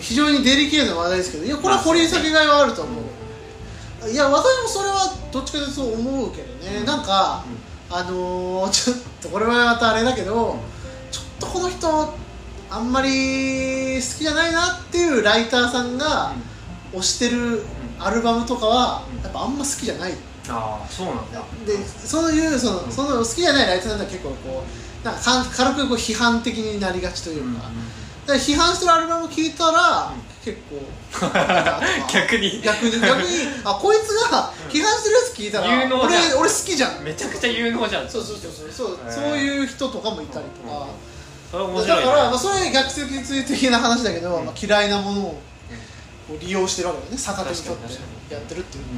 非常にデリケートな話題ですけどいやこれは掘り下げがいはあると思う、いや私もそれはどっちかというとそう思うけどね、
うん
なんか、あのーちょっとこれはまたあれだけど、
うん
ちょっとこの人あんまり好きじゃないなっていうライターさんが
うん
推してるアルバムとかは
うん
やっぱあんま好きじゃない
ああそうなんだ
でそういうその,、
うん
その好きじゃないライターさんって結構こうなんかかん軽くこう批判的になりがちといううんか,、
うん
だから批判してるアルバム聴いたら、
うん
結構あ
逆に
逆に逆にあこいつが批判してるやつ聞いたら
有能
俺
じゃん
俺好きじゃん
めちゃくちゃ有能じゃん
そうそうそうそうそう,、
へー
そういう人とかもいたりとか、
それ面
だ
白い
か
な
ら、まあ、それ逆説的な話だけど、
うん
まあ、嫌いなものをこう利用してるわけだよね逆手にとっ
確かに確かに
てやってるっていう
うん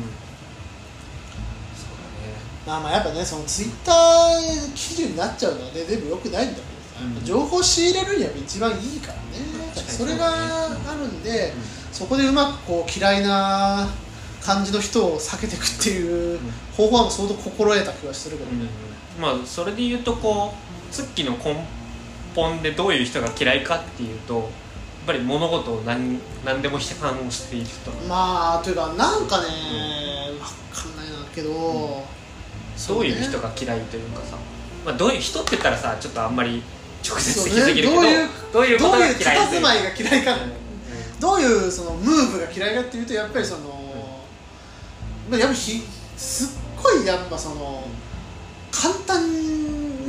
そうだ
まあまあやっぱねそのツイッター基準になっちゃうのはね全部よくないんだけどさ、
うん
情報仕入れるには一番いいからね
確かに
それがあるんで、
うん
そこでうまくこう嫌いな感じの人を避けていくっていう
うん
方法は相当心得た気がするけど、
ねまあそれで言うとこうツッキーの根本でどういう人が嫌いかっていうとやっぱり物事を何何でも批判をしている人
まあというかなんかね、わかんないなけど、
どういう人が嫌いというかさ、まあ、どういう人って言ったらさちょっとあんまり直接的すぎるけ
そ
ど
うね
どういうこ
ど
と
う
が
い
嫌
う
い
佇まいが嫌いか、
うん
どういうそのムーブが嫌いかっていうとやっぱりその、まあやっぱひすっごいやっぱその簡単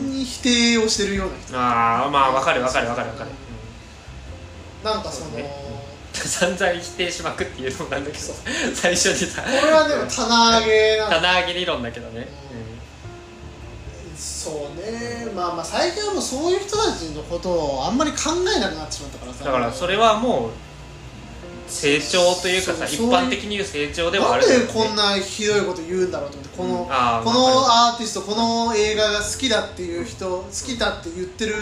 に否定をしてるような人
ああまあわかるわかるわかるわかる、
うんなんかその
そうね散々否定しまくっていうのもなんだけど
そう
最初にさ
これはでも棚上げなん
棚上げ理論だけどね、
そうねまあまあ最近はもうそういう人たちのことをあんまり考えなくなってしまったからさ
だからそれはもう成長というかさ
そう
一
そう
般的に言う成長では
な
あ
ん
る
でこん
な
なひどいこと言うんだろうと思ってこの、
うんあー
こ
わ
のアーティストこの映画が好きだっていう人好きだって言ってる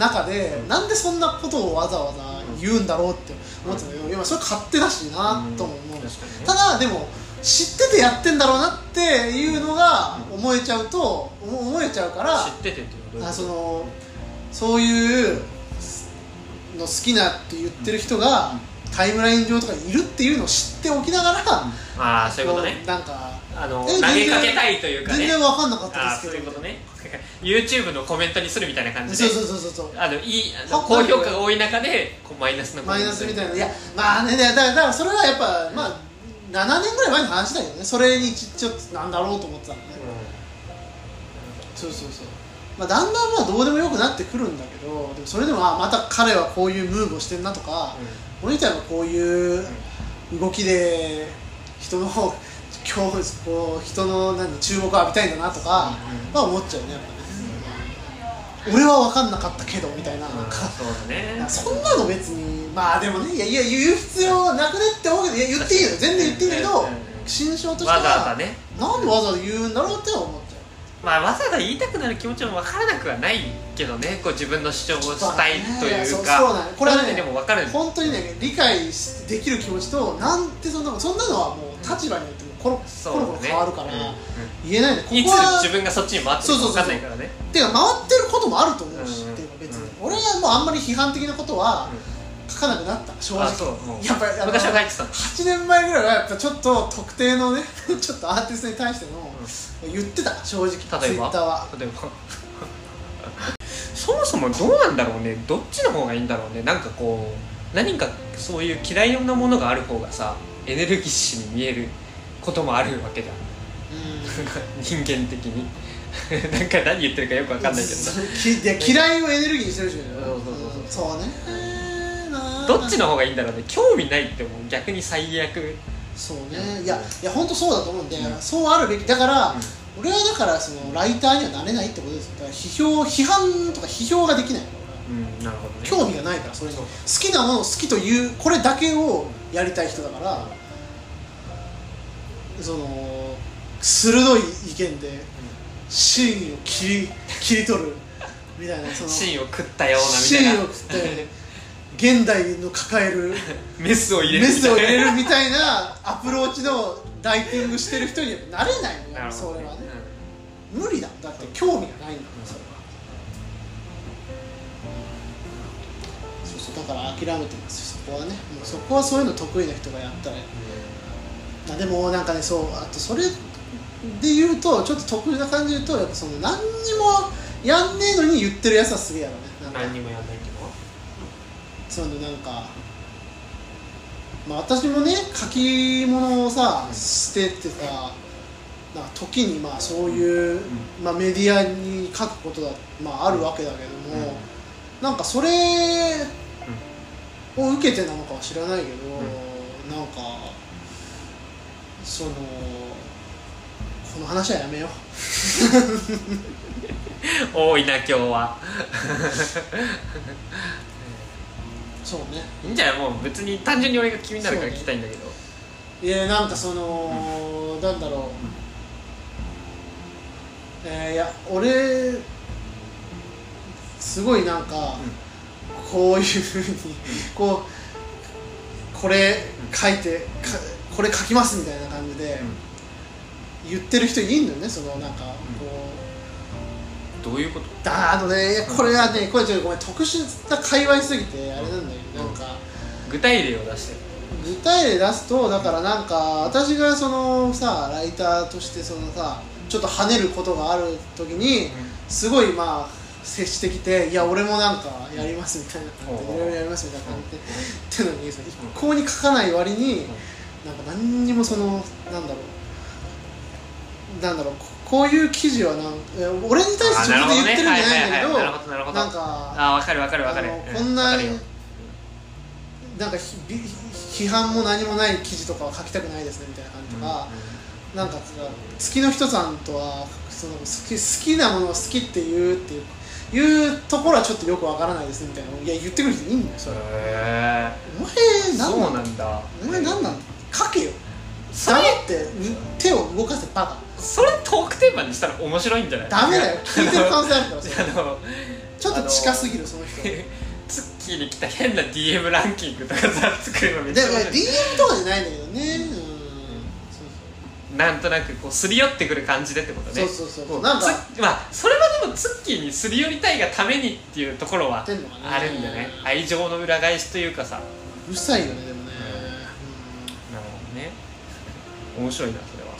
中で、なんでそんなことをわざわざ言うんだろうって思ってたけど、今それ勝手だしなとも思う、
うん確かにね
ただでも知っててやってんだろうなっていうのが思えちゃうと思思えちゃうから
知っててっていうのは
あ
ど
そう
いうこ
のそういうの好きなって言ってる人が、タイムライン上とかにいるっていうのを知っておきながら、
とああそういうことね
こうなんか
あの投
え
げかけたいというか
全
ね
然わかんなかった
あ
で
あ
す
そう
け
いう
ど
ことね YouTube のコメントにするみたいな感じ
そ
で
うそうそうそうそう
あのいいあの高評価が多い中でこうマイナスのコ
マイ
メント
ナスみたい
な
ないやまあねだからだからそれはやっぱまあ7年ぐらい前の話だけどねそれにちちょっとなんだろうと思ってたのね、そうそうそう、まあ、だんだんまあどうでもよくなってくるんだけどでもそれでもあまた彼はこういうムーブをしてんなとか、俺みたいなこういう動きで人の今日こう人の何注目を浴びたいんだなとか
うん
は
うん
思っちゃうねやっぱね、俺は分かんなかったけどみたいななんか、
そうだね
そんなの別にまあでもねいやいや言う必要なくねって思うけどいや言っていいよ全然言っていいけ
うん
ど
うんうん
心象としては
わざわざね
なんでわざわざ言うんだろうって思っちゃう
まあわざわざ言いたくなる気持ちも分からなくはないけどねこう自分の主張をしたいとい
そうそ
う
う
か
なのこれはね
そういうのでも分かるんです
本当にね理解できる気持ちとなんてそんなのそんなのはもう立場によってもコロ,、
そう
コロコロ
だね
変わるから、
う
言えないのこ
んうんい
こ
つ
は
自分がそっちに回ってるか分かんないからね
っていうか回ってることもあると思うし、
うん
っていうか別に、
う
俺はもうあんまり批判的なことは
うん
書かなくなった正
あ
直
そううん
やっぱりあの
昔は書いてたんだ
8年前ぐらいはやっぱちょっと特定のねちょっとアーティストに対しての言ってた正直ツイッタ
例えば
ーは
例えばそもそもどうなんだろうねどっちの方がいいんだろうねなんかこう何かそういう嫌いなものがある方がさエネルギッシュに見えることもあるわけじゃん 人間的に なんか何言ってるかよく分かんないけどさ
きで嫌いをエネルギーにしてるじゃん
そうそうそ
そ
う
うね
どっちの方がいいんだろうね興味ないってもう逆に最悪
そうねいやいや本当そうだと思うんで、そうあるべきだから、
うん
俺はだからそのライターにはなれないってことですよだから批評批判とか批評ができない
うんなるほどね
興味がないからそれに好きなものを好きというこれだけをやりたい人だからその鋭い意見でシーンを切り切り取るみたいな そのシ
芯を食ったようなみたいな
ーンを食って現代の抱える
メスを入れ
メ
るみ
ス
たいな
を入れるみたいなアプローチのライティングしてる人にはなれないのよ
なるほ
そ
ど
れはね
うん
無理だだって興味がないんだからそれはそうそうだから諦めてますよそこはねもうそこはそういうの得意な人がやったらあでもなんかねそうあとそれで言うとちょっと得意な感じで言うとやっぱその何にもやんねえのに言ってるやつはすげえやろねなんか
何にもやんないけど
そのなんか、まあ、私もね書き物をさ
うん
しててさなんか時にまあそういう、まあ、メディアに書くことだ、まあ、あるわけだけども、なんかそれを受けてなのかは知らないけど、なんかそのこの話はやめよう。
多いな今日は
そうね
いいんじゃないもう別に単純に俺が気になるから
そう
聞
ね
きたいんだけど、
いやなんかその、なんだろう、えーいや俺すごいなんか、こういうふうにこうこれ書いてかこれ書きますみたいな感じで言ってる人いいんだよねそのなんかこう
どういうこと
だあのねいやこれはねこれちょっとごめん特殊な界隈すぎてあれなんだけどなんか。
具体例を出して
具体例出すとだからなんか私がそのさライターとしてそのさちょっと跳ねることがある時にすごいまあ接してきて「いや俺もなんかやります」みたいな感じ
う
で「い
ん
ろいろやります」みたいな感じでってのにその一向に書かない割になんか何にもそのなんだろうなんだろうここういう記事はなんえ俺に対して自分で言ってるんじゃないんだけ
あなるほどねはいはいはいなるほどなる
ど
ほど
なんか
ああ分かる分かる分かる
あの
う
こんな
わかるよ
なんかひび批判も何もない記事とかは書きたくないですねみたいな感じとか、なんか月の人さんとはその好き好きなものを好きって言うっていういうところはちょっとよくわからないですねみたいないや言ってくる人いいんだよそ
へ
れは
え
お前
そ
何
う
なん
なんだ
お前何なんだ書けよ
そ
黙
れ
ってう手を動かせバ
それトークテーマにしたら面白いんじゃない
カダメだよ聞いてる可能性あるからそれ
あの
ちょっと近すぎるその人で
ツッキーに来た変な DM ランキングとかさ作るの めっちゃ面白い
DM とかじゃないんだけどねうんそうそう
なんとなくこうすり寄ってくる感じでってことね
そうそうそう
こ
なんか
つまあそれはでもツッキーにすり寄りたいがためにっていうところは
ってんのかな
あるんだね愛情の裏返しというかさなる
うるさいよねでもね、
ほどね面白いなそれは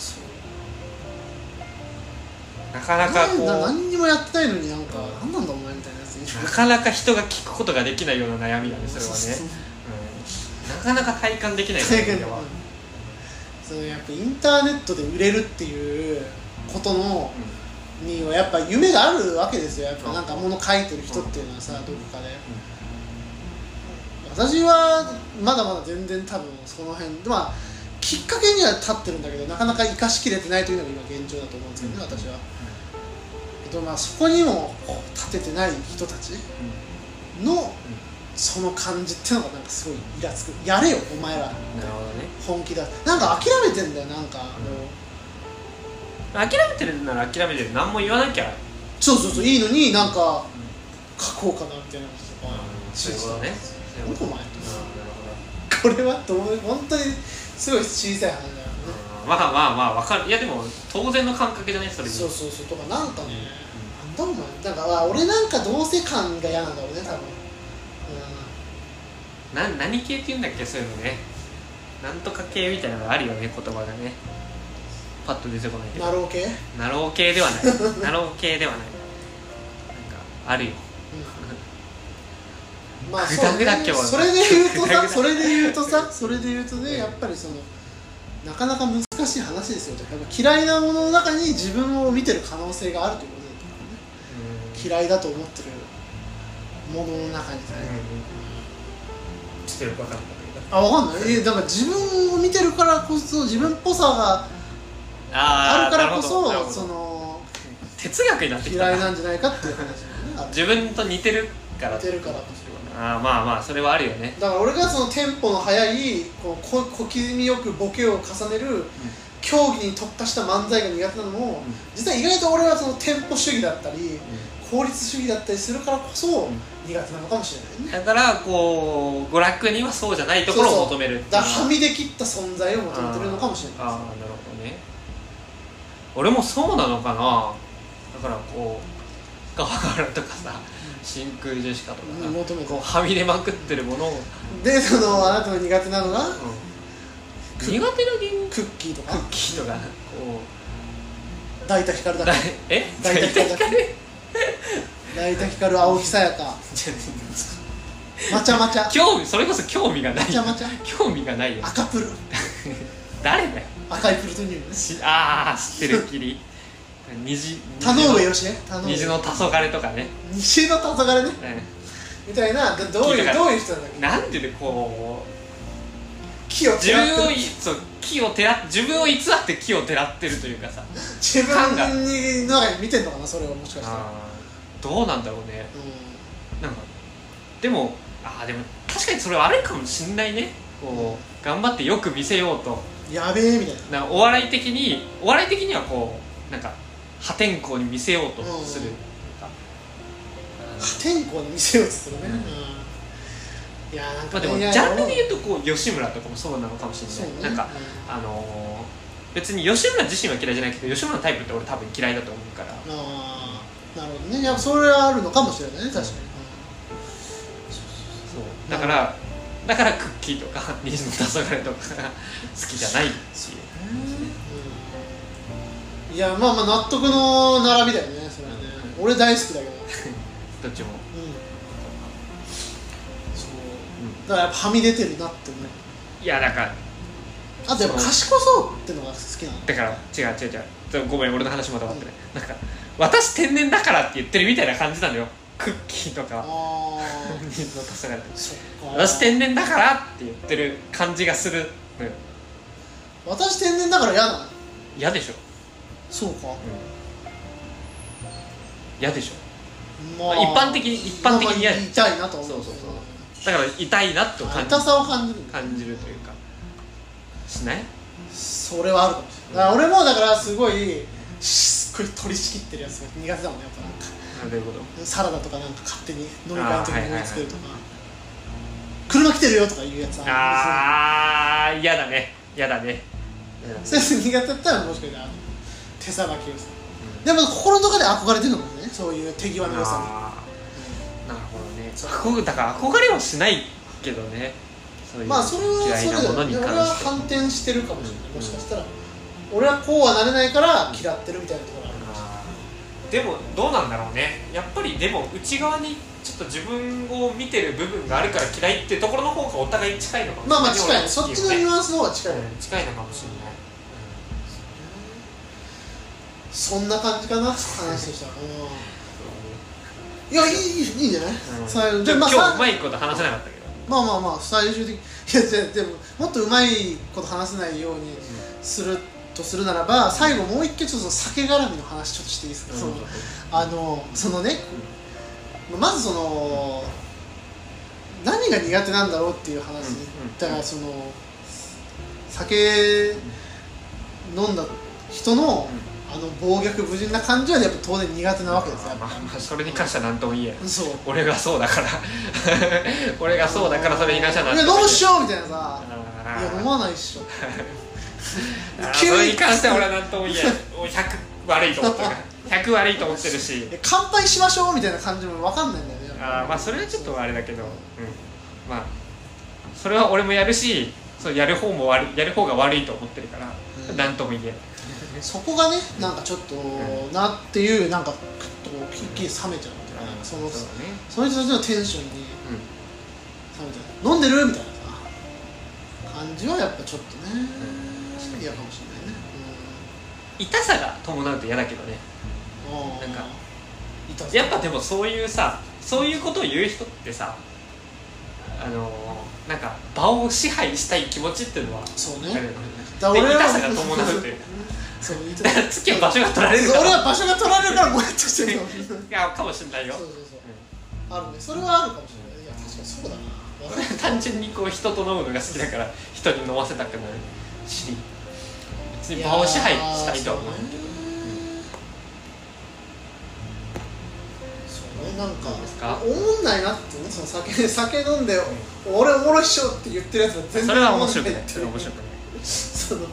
なかなか
うん、な
こう
何にもやってないのになんか何なんだお前みたいなやついる
なかなか人が聞くことができないような悩みだねそれはね、うん、なかなか体感できないよねそれは、
そのやっぱインターネットで売れるっていうことの
う
にはやっぱ夢があるわけですよやっぱなんか物書いてる人っていうのはさどこかで私はまだまだ全然多分その辺まあきっかけには立ってるんだけどなかなか生かしきれてないというのが今現状だと思うんですけどね私は、えっとまあそこにもこう立ててない人たちのその感じっていうのがなんかすごいイラつくやれよお前ら
なるほどね
本気だなんか諦めてんだよなんかあの
諦めてるなら諦めてる何も言わなきゃ
そうそうそういいのになんか書こうかなみたいなこととか
そういうことねそう
ないん
う
だ
こ
お前
とうんなるほど
これはどう本当にすごい小さい話だよね
まあまあまあわかるいやでも当然の感覚じゃないそれに
そうそうそうとかなんかねなんだお前なんかあ俺なんか同性感が嫌なんだろうね多分
な何系っていうんだっけそういうのねなんとか系みたいなのがあるよね言葉がねパッと出てこない
うん
けど
なろう系うん
なろう系で はないなろう系ではないなんかあるよ
まあ
グ
そ
ダ
う
グダ
ね
今日は
それで言うと
グダグ
さ
ダ
それで言うとさそれで言うとねやっぱりそのなかなか難しい話ですよやっぱ嫌いなものの中に自分を見てる可能性があるということだと思うね嫌いだと思ってるものの中にさ、
ちょっとよくわかんない
あわかんないえだから自分を見てるからこそ自分っぽさがあ
あ
るか
ー
らこ
なるほどなるほ
そ
ど
その
哲学になってきた
嫌いなんじゃないかっていう話もね
自分と似てるから
似てるから
あーまあまあそれはあるよね
だから俺がそのテンポの速いこう小小刻みよくボケを重ねる競技に特化した漫才が苦手なのも
ん
実は意外と俺はそのテンポ主義だったり効率主義だったりするからこそ
ん
苦手なのかもしれないね
だからこう娯楽にはそうじゃないところを求めるっていう
だからはみ出切った存在を求めてるのかもしれない
ああなるほどね俺もそうなのかなだからこうガワガラとかさ真空ジェシカとかさ、
うん求めて
こうはみ出まくってるものを、うん
でそのあなたの苦手なのが
苦手な芸
クッキーとか
人がこ
大田光
う
だ
だ
か
いえ
大体光だ 大田光青木さやかまちゃまちゃ
興味それこそ興味がない
まちゃまちゃ
興味がないよ
赤プル
誰だよ
赤いプルトニウムね
しああ知ってるっき り虹
田上よしえ
虹の黄昏とかね、
虹の黄昏ね
うん
みたいなどどう
聞
い
いた
う
から
どういう人なんだっけ
なんでねこ
木を
う自
嫌って
分を
る
いそう木をてら自分を偽って木をてらってるというかさ
自分にの中に見てんのかなそれをもしかしたら
どうなんだろうね
う
なんかでもあーでも確かにそれはあるかもしんないねこう頑張ってよく見せようと
んやべえみたいな
なんかお笑い的にお笑い的にはこうなんか破天荒に見せようとする
うん
なんか
破天荒に見せようとするね
うん
うんいやなん
ま
か
あで
ね
も
い
ジ
や
ャンルで言うとこう吉村とかもそうなのかもしれ
そう
ない、
ね
なんかあのー別に吉村自身は嫌いじゃないけど吉村のタイプって俺多分嫌いだと思うか
う
ら
んああなるほどねいやそれはあるのかもしれないね確かに
そうだからだからクッキーと か水の黄昏とかが好きじゃないし
うんいやまあまあ納得の並びだよねそれはね俺大好きだけど
どっち
う
も
んそうだからやっぱはみ出てるなって思う
いやだから
あとやっぱ賢そうってのが好きなの
だから違う違う違うちょごめん俺の話まだ終わってない、なんか私天然だからって言ってるみたいな感じなのよクッキーとか
ああ
水の黄昏とか
そっか
私天然だからって言ってる感じがするのよ
私天然だから嫌なの
嫌でしょ
そうか
嫌でしょ
ま
一般的に一般的に嫌
まあまあ言いたいなと思う
そうそうそうだから痛いなと
あ
感じ
痛さを感じる
感じるというかし ない
それはあるかもしれないだから俺もだからすごいすっごい取り仕切ってるやつが苦手だもんねやっぱなんか
なるほど
サラダとかなんか勝手に飲み会の時に思いつけるとか、車来てるよとかいうやつあ
あー嫌だね嫌だね、
るんですよそれ苦手だったらもしかしたら手さばきをするでも心の中で憧れてるのかもねそういう手際の良さ
あーなるほどね憧だから憧れはしないけどねそうい
に
う
まあそれは
嫌い
それ
なもの
だ
に
よね俺
関
は
して
反転してるかもしれない、
うん
もしかしたら俺はこうはなれないから嫌ってるみたいなところある
あーでもどうなんだろうねやっぱりでも内側にちょっと自分を見てる部分があるから嫌いってところの方がお互い近いのかもしれ
ま
な
あまあ
い
近いねそっちのニュアンスの方が近いね
うん近いのかもしれない、
そんな感じかな話としてはうんいやいいいいいいんじゃない、最後
で
で
も
まあ
今日う
さ
まいこと話せなかったけど
まあまあまあ最終的にいやじゃあでももっとうまいこと話せないようにするとするならば最後もう一回ちょっと酒絡みの話ちょっとしていいですか、そのあのそのねまずその何が苦手なんだろうっていう話
うんうん
だからその酒飲んだ人のあの暴虐無人な感じはやっぱ当然苦手なわけですよやっ
まあま
ぱ
あそれに関しては何とも言えん
そう
俺がそうだから 俺がそうだからそれに関しては
「いや
何
飲
とも
むっ
言
しょ!」みたいなさ「い
えん
や飲まないっしょ」
あー
急に
それに関しては俺は何とも言えん俺100悪いと思ってるから100悪いと思ってるし
え乾杯しましょうみたいな感じも分かんないんだよねやっぱ
あーまあそれはちょっとあれだけど、うん、まあそれは俺もやるしそうやる方も悪いやる方が悪いと思ってるから、
うん
何とも言えん
そこがねなんかちょっとなっていうなんかクッとこう一気に冷めちゃうみたいな
うん
その
そうだね
その人たちのテンションに
うん
冷めちゃう飲んでるみたいなさ感じはやっぱちょっとね
確かに
嫌かもしれないね
痛さが伴うと嫌だけどね
うん
なんか
いた
やっぱでもそういうさそういうことを言う人ってさあのーなんか場を支配したい気持ちっていうのは
そう
あるよね
ねだ
で
から
痛
は
さが伴うという
そういた
だから次は場所が取られ るか
俺
ら
は場所が取られるからもやっとしてるかもしれない
いやかもしれないよ
そうそうそうあるねそれはあるかもしれないいや確かにそうだな分か る
うん単純にこう人と飲むのが好きだから人に飲ませたくなるし別に場を支配したいとは思うけど
そうねなんか
いいですか
思んないなってねその酒酒飲んで俺おもろいっしょって言ってるやつは全然
それは面白く
思
なんい
って
それは面白くない
その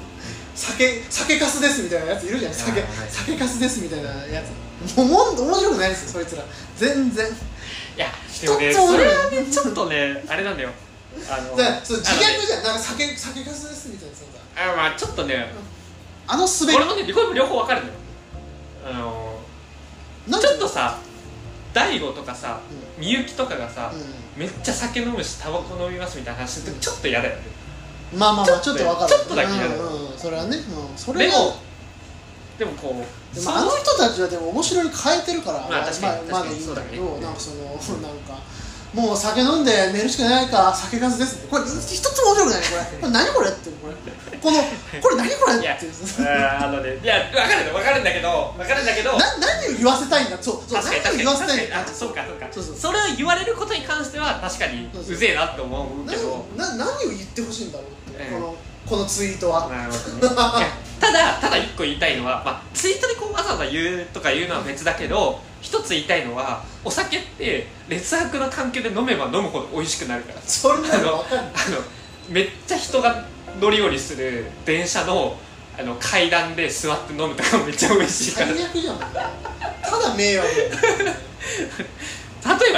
酒酒かすですみたいなやついるじゃん酒
あーはい
酒かすですみたいなやつもうもん面白くないですよそいつら全然
いやでもね
一つも
そ
俺
れ
ら
はねちょっとねあれなんだよあの
だからその自
あのね
虐じゃんなんか酒酒かすですみたいなさ
あまあちょっとね
あの滑
俺
り
もねこれも両方わかるのよあの
なん
ち
か
ょっとさ大悟とかさみゆきとかがさ、
う
めっちゃ酒飲むしタバコ飲みますみたいな話ってちょっと嫌だよね
んまあまあまあちょっとわかる
ちょっとだけ嫌だ
うんうんそれはねうんそれ
で
が
もでもこう
で
そ
もあの
う
人たちはでも面白い変えてるから、
まあ確かに
まあまだ
確か
いいんだけ
にそうだ
ど、
ね
なんかその、 なんか、もう酒飲んで寝るしかないから、酒かすですって、これ、一つも面白くないね、これ、これ何これって、これ、この、これ、何これ
いや
って、
あーあのねいや分かるの分かるんだけど分かるんだけど
な何を言わせたいんだ、そう、そう
確かに
何を言わ
確かに確
せた
か
いん
にあ
だ、
そうかそうか
そ
そう
そう
れを言われることに関しては確かに
そうそう
うぜえなって思うけ
何
ど
な何を言ってほしいんだろうって、
ええ
この、このツイートは。
なるほどねいや ただただ一個言いたいのは、まあ、ツイートでこうわざわざ言うとか言うのは別だけど一つ言いたいのはお酒って劣悪な環境で飲めば飲むほど美味しくなるから
それな
あの
の
あの
分かんない。
めっちゃ人が乗り降りする電車のあの階段で座って飲むとかめっちゃ美味しいか
最
ら例え
悪じゃん。ただ迷 惑。
ば例えばよ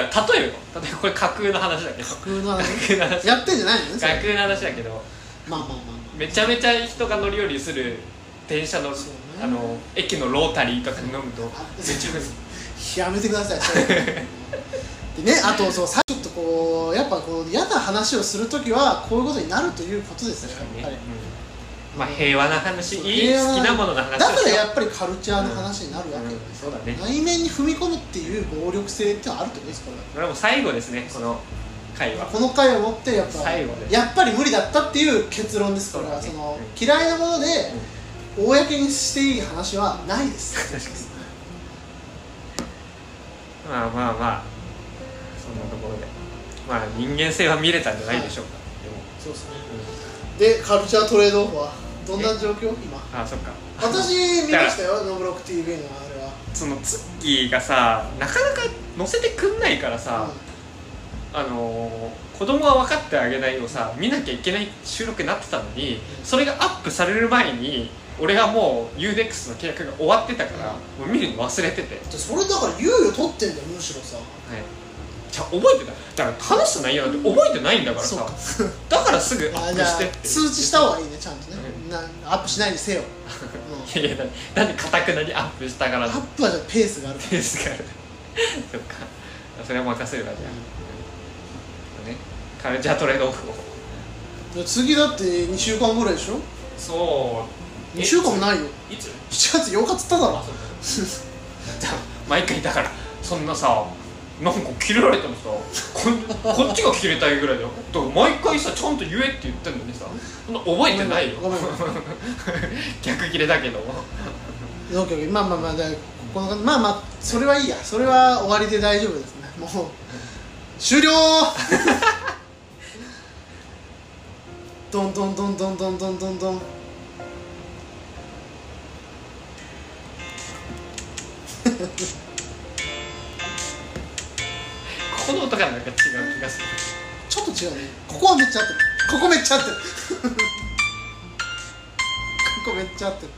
例えばこれ架空の話だけど
架空の話
架空の話
やってんじゃないのね、そ
架
れ
空の話だけど
まあまあまあまあ。
めちゃめちゃ人が乗り降りする電車の,、
そうね
あの駅のロータリーとかで飲むとめちゃめちゃ
やめてください それでねあとそうさちょっとこうやっぱこう嫌な話をするときはこういうことになるということです
確か
ね
にね、
やっぱ
うんまあ平和な話
り
いい好きなものの話
だ
を
から
しよ
やっぱりカルチャーの話になるわけよ、
うんそうだね
内面に踏み込むっていう暴力性ってのはあるってことですこれ
うこれはもう最後ですねこの会話
この回をもってやっぱ
最後です
やっぱり無理だったっていう結論ですから
そ
そう
だね
の
う
嫌いなもので公にしていい話はないです
確かにまあまあまあそんなところでまあ人間性は見れたんじゃないでしょうか、
そうですね
でも、
でカルチャートレードオフはどんな状況今
ああそっか
私見ましたよ「ノブロック TV」のあれは
そのツッキーがさなかなか乗せてくんないからさ、あのー子供は分かってあげないをさ見なきゃいけない収録になってたのにそれがアップされる前に俺がもう UDEX の契約が終わってたからもう見るの忘れてて、はい、
うんでそれだから猶予取ってんだよむしろ さ
じゃあ覚えてないだから話した内容なんて覚えてないんだから
そう
さ
か
だからすぐア
あ
ッ
じ
プ
ゃ
してっ
あ
て
通知した方がいいねちゃんとね
う
なアップしないに せよ、う
いやいやなんでかたくなにアップしたから
ん、アップはじゃあペースがある
ですから そっかそれは任せるなじゃあ、ね、カルチャートレードオフを
で次だって2週間ぐらいでしょ
そ
2週間もないよ
いつ
7月8日っつっただ
あ
ろ
そうだ毎回だからそんなさなんか切れられてもさこんこっちが切れたいぐらいだよだから毎回さちゃんと言えって言ってんのにさそんな覚えてないよ
ごめんごめん
逆切れだけど
オッケーオッケーまあまあまあだからこのまあまあそれはいいやそれは終わりで大丈夫ですねもう終 了どんどんどんどんどんどんどんどん
ここの音がなんか違う気がする
ちょっと違うねここはめっちゃ合ってるここめっちゃ合ってるここめっちゃ合ってる